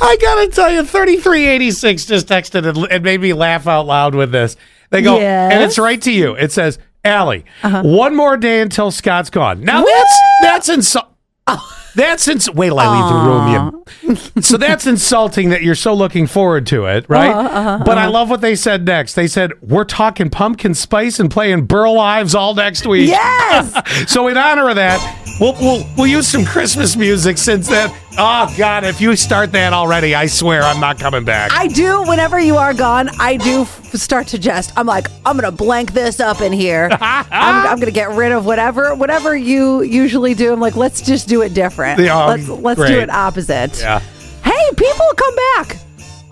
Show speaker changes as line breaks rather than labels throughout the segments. I gotta tell you, 3386 just texted and, and made me laugh out loud with this. They go, and it's
Yes.
right to you. It says, Allie, one more day until Scott's gone. Now that's that's insult. That's ins- wait till I leave the room. You. So that's insulting that you're so looking forward to it, right? but I love what they said next. They said we're talking pumpkin spice and playing Burl Ives all next week.
Yes.
So in honor of that, we'll, we'll we'll use some Christmas music since then. Oh God, if you start that already, I swear I'm not coming back.
I do. Whenever you are gone, I do f- start to jest. I'm like, I'm gonna blank this up in here. I'm, I'm gonna get rid of whatever whatever you usually do. I'm like, let's just do it different.
Yeah, um,
let's let's do
great.
it opposite.
Yeah.
Hey, people, come back.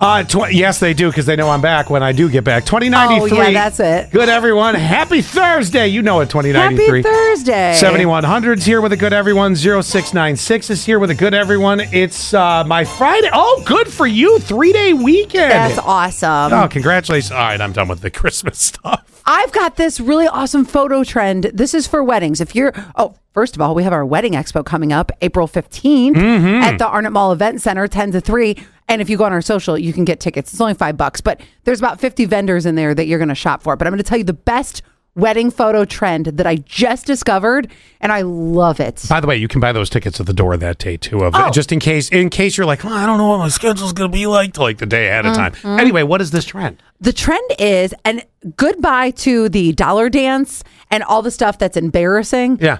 Uh, tw- yes, they do because they know I'm back when I do get back. 2093.
Oh, yeah, that's it.
Good everyone, happy Thursday. You know it,
Happy
2093.
Thursday.
7100's here with a good everyone. 0696 is here with a good everyone. It's uh, my Friday. Oh, good for you. Three day weekend.
That's awesome.
Oh, congratulations. All right, I'm done with the Christmas stuff.
I've got this really awesome photo trend. This is for weddings. If you're, oh, first of all, we have our wedding expo coming up April 15th at the Arnott Mall Event Center, 10 to 3. And if you go on our social, you can get tickets. It's only five bucks, but there's about 50 vendors in there that you're going to shop for. But I'm going to tell you the best wedding photo trend that I just discovered, and I love it.
By the way, you can buy those tickets at the door that day too. Of
Oh.
just in case, in case you're like, well, I don't know what my schedule's going to be like till like the day ahead of time. Anyway, what is this trend?
the trend is and goodbye to the dollar dance and all the stuff that's embarrassing.
Yeah.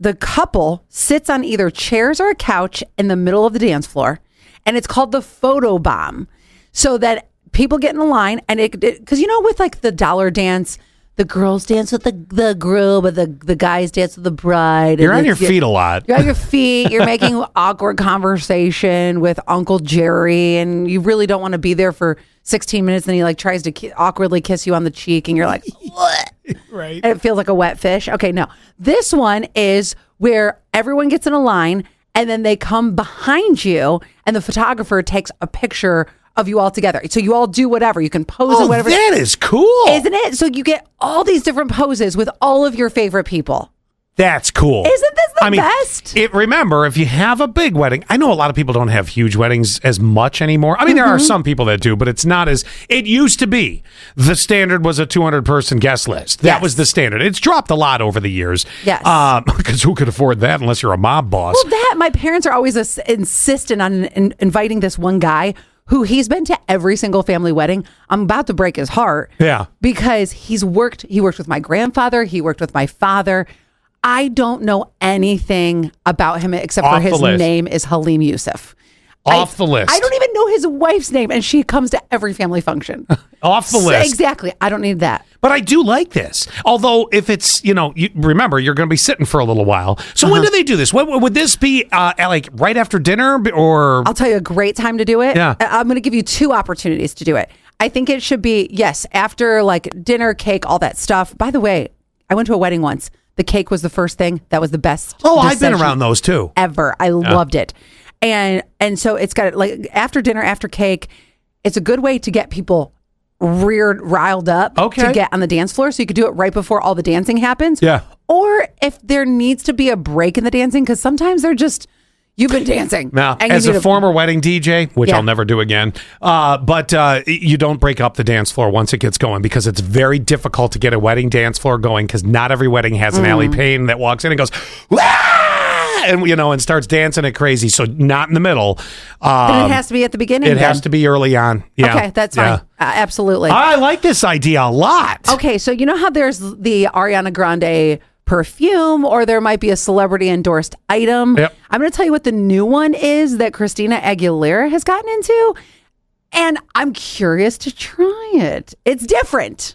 The couple sits on either chairs or a couch in the middle of the dance floor, and it's called the photo bomb. So that people get in the line, and it because you know with like the dollar dance, the girls dance with the the groom, but the the guys dance with the bride. and
You're on your
it's-
feet a lot.
you're on your feet. You're making awkward conversation with Uncle Jerry, and you really don't want to be there for 16 minutes. And he like tries to ki- awkwardly kiss you on the cheek, and you're like, "What?"
Right.
And it feels like a wet fish. Okay, no. This one is where everyone gets in a line, and then they come behind you, and the photographer takes a picture of you all together. So you all do whatever. You can pose
Oh,
or whatever,
that is cool.
isn't it? So you get all these different poses with all of your favorite people.
That's cool.
Isn't this the
I mean,
best?
It, remember, if you have a big wedding, I know a lot of people don't have huge weddings as much anymore. I mean, there are
Mm-hmm.
some people that do, but it's not as it used to be. The standard was a 200 person guest list. That
Yes.
was the standard. It's dropped a lot over the years.
Yes.
Because who could afford that unless you're a mob boss?
Well, that my parents are always ins- insistent on in- inviting this one guy who he's been to every single family wedding. I'm about to break his heart.
Yeah.
because he's worked. He worked with my grandfather. He worked with my father. I don't know anything about him except for
Off the
his
list.
name is Halim Youssef.
Off
I-
the list.
I don't even know his wife's name, and she comes to every family function.
Off the
So-
list.
Exactly. I don't need that.
But I do like this. Although, if it's, you know, you, remember, you're going to be sitting for a little while. So,
Uh-huh.
when do they do this? When, would this be uh, like right after dinner or
I'll tell you a great time to do it.
Yeah.
I- I'm going to give you two opportunities to do it. I think it should be, yes, after like dinner, cake, all that stuff. By the way, I went to a wedding once. The cake was the first thing. That was the best.
Oh, I've been
decision
around those too.
Ever. I loved it. And and so it's got like after dinner, after cake, it's a good way to get people reared, riled up
Okay.
to get on the dance floor. So you could do it right before all the dancing happens.
Yeah.
Or if there needs to be a break in the dancing, because sometimes they're just you've been dancing.
Now,
and you
as
need
a
to-
former wedding DJ, which
Yeah.
I'll never do again, uh, but uh, you don't break up the dance floor once it gets going because it's very difficult to get a wedding dance floor going because not every wedding has an
Mm.
alley Payne that walks in and goes, "Wah!" and you know, and starts dancing it crazy. So not in the middle.
But
Um,
it has to be at the beginning.
it has to be early on. Yeah.
Okay, that's
Yeah. Oh,
fine. Uh, absolutely.
I like this idea a lot.
okay, so you know how there's the Ariana Grande perfume, or there might be a celebrity endorsed item.
Yep.
I'm going to tell you what the new one is that Christina Aguilera has gotten into, and I'm curious to try it. It's different.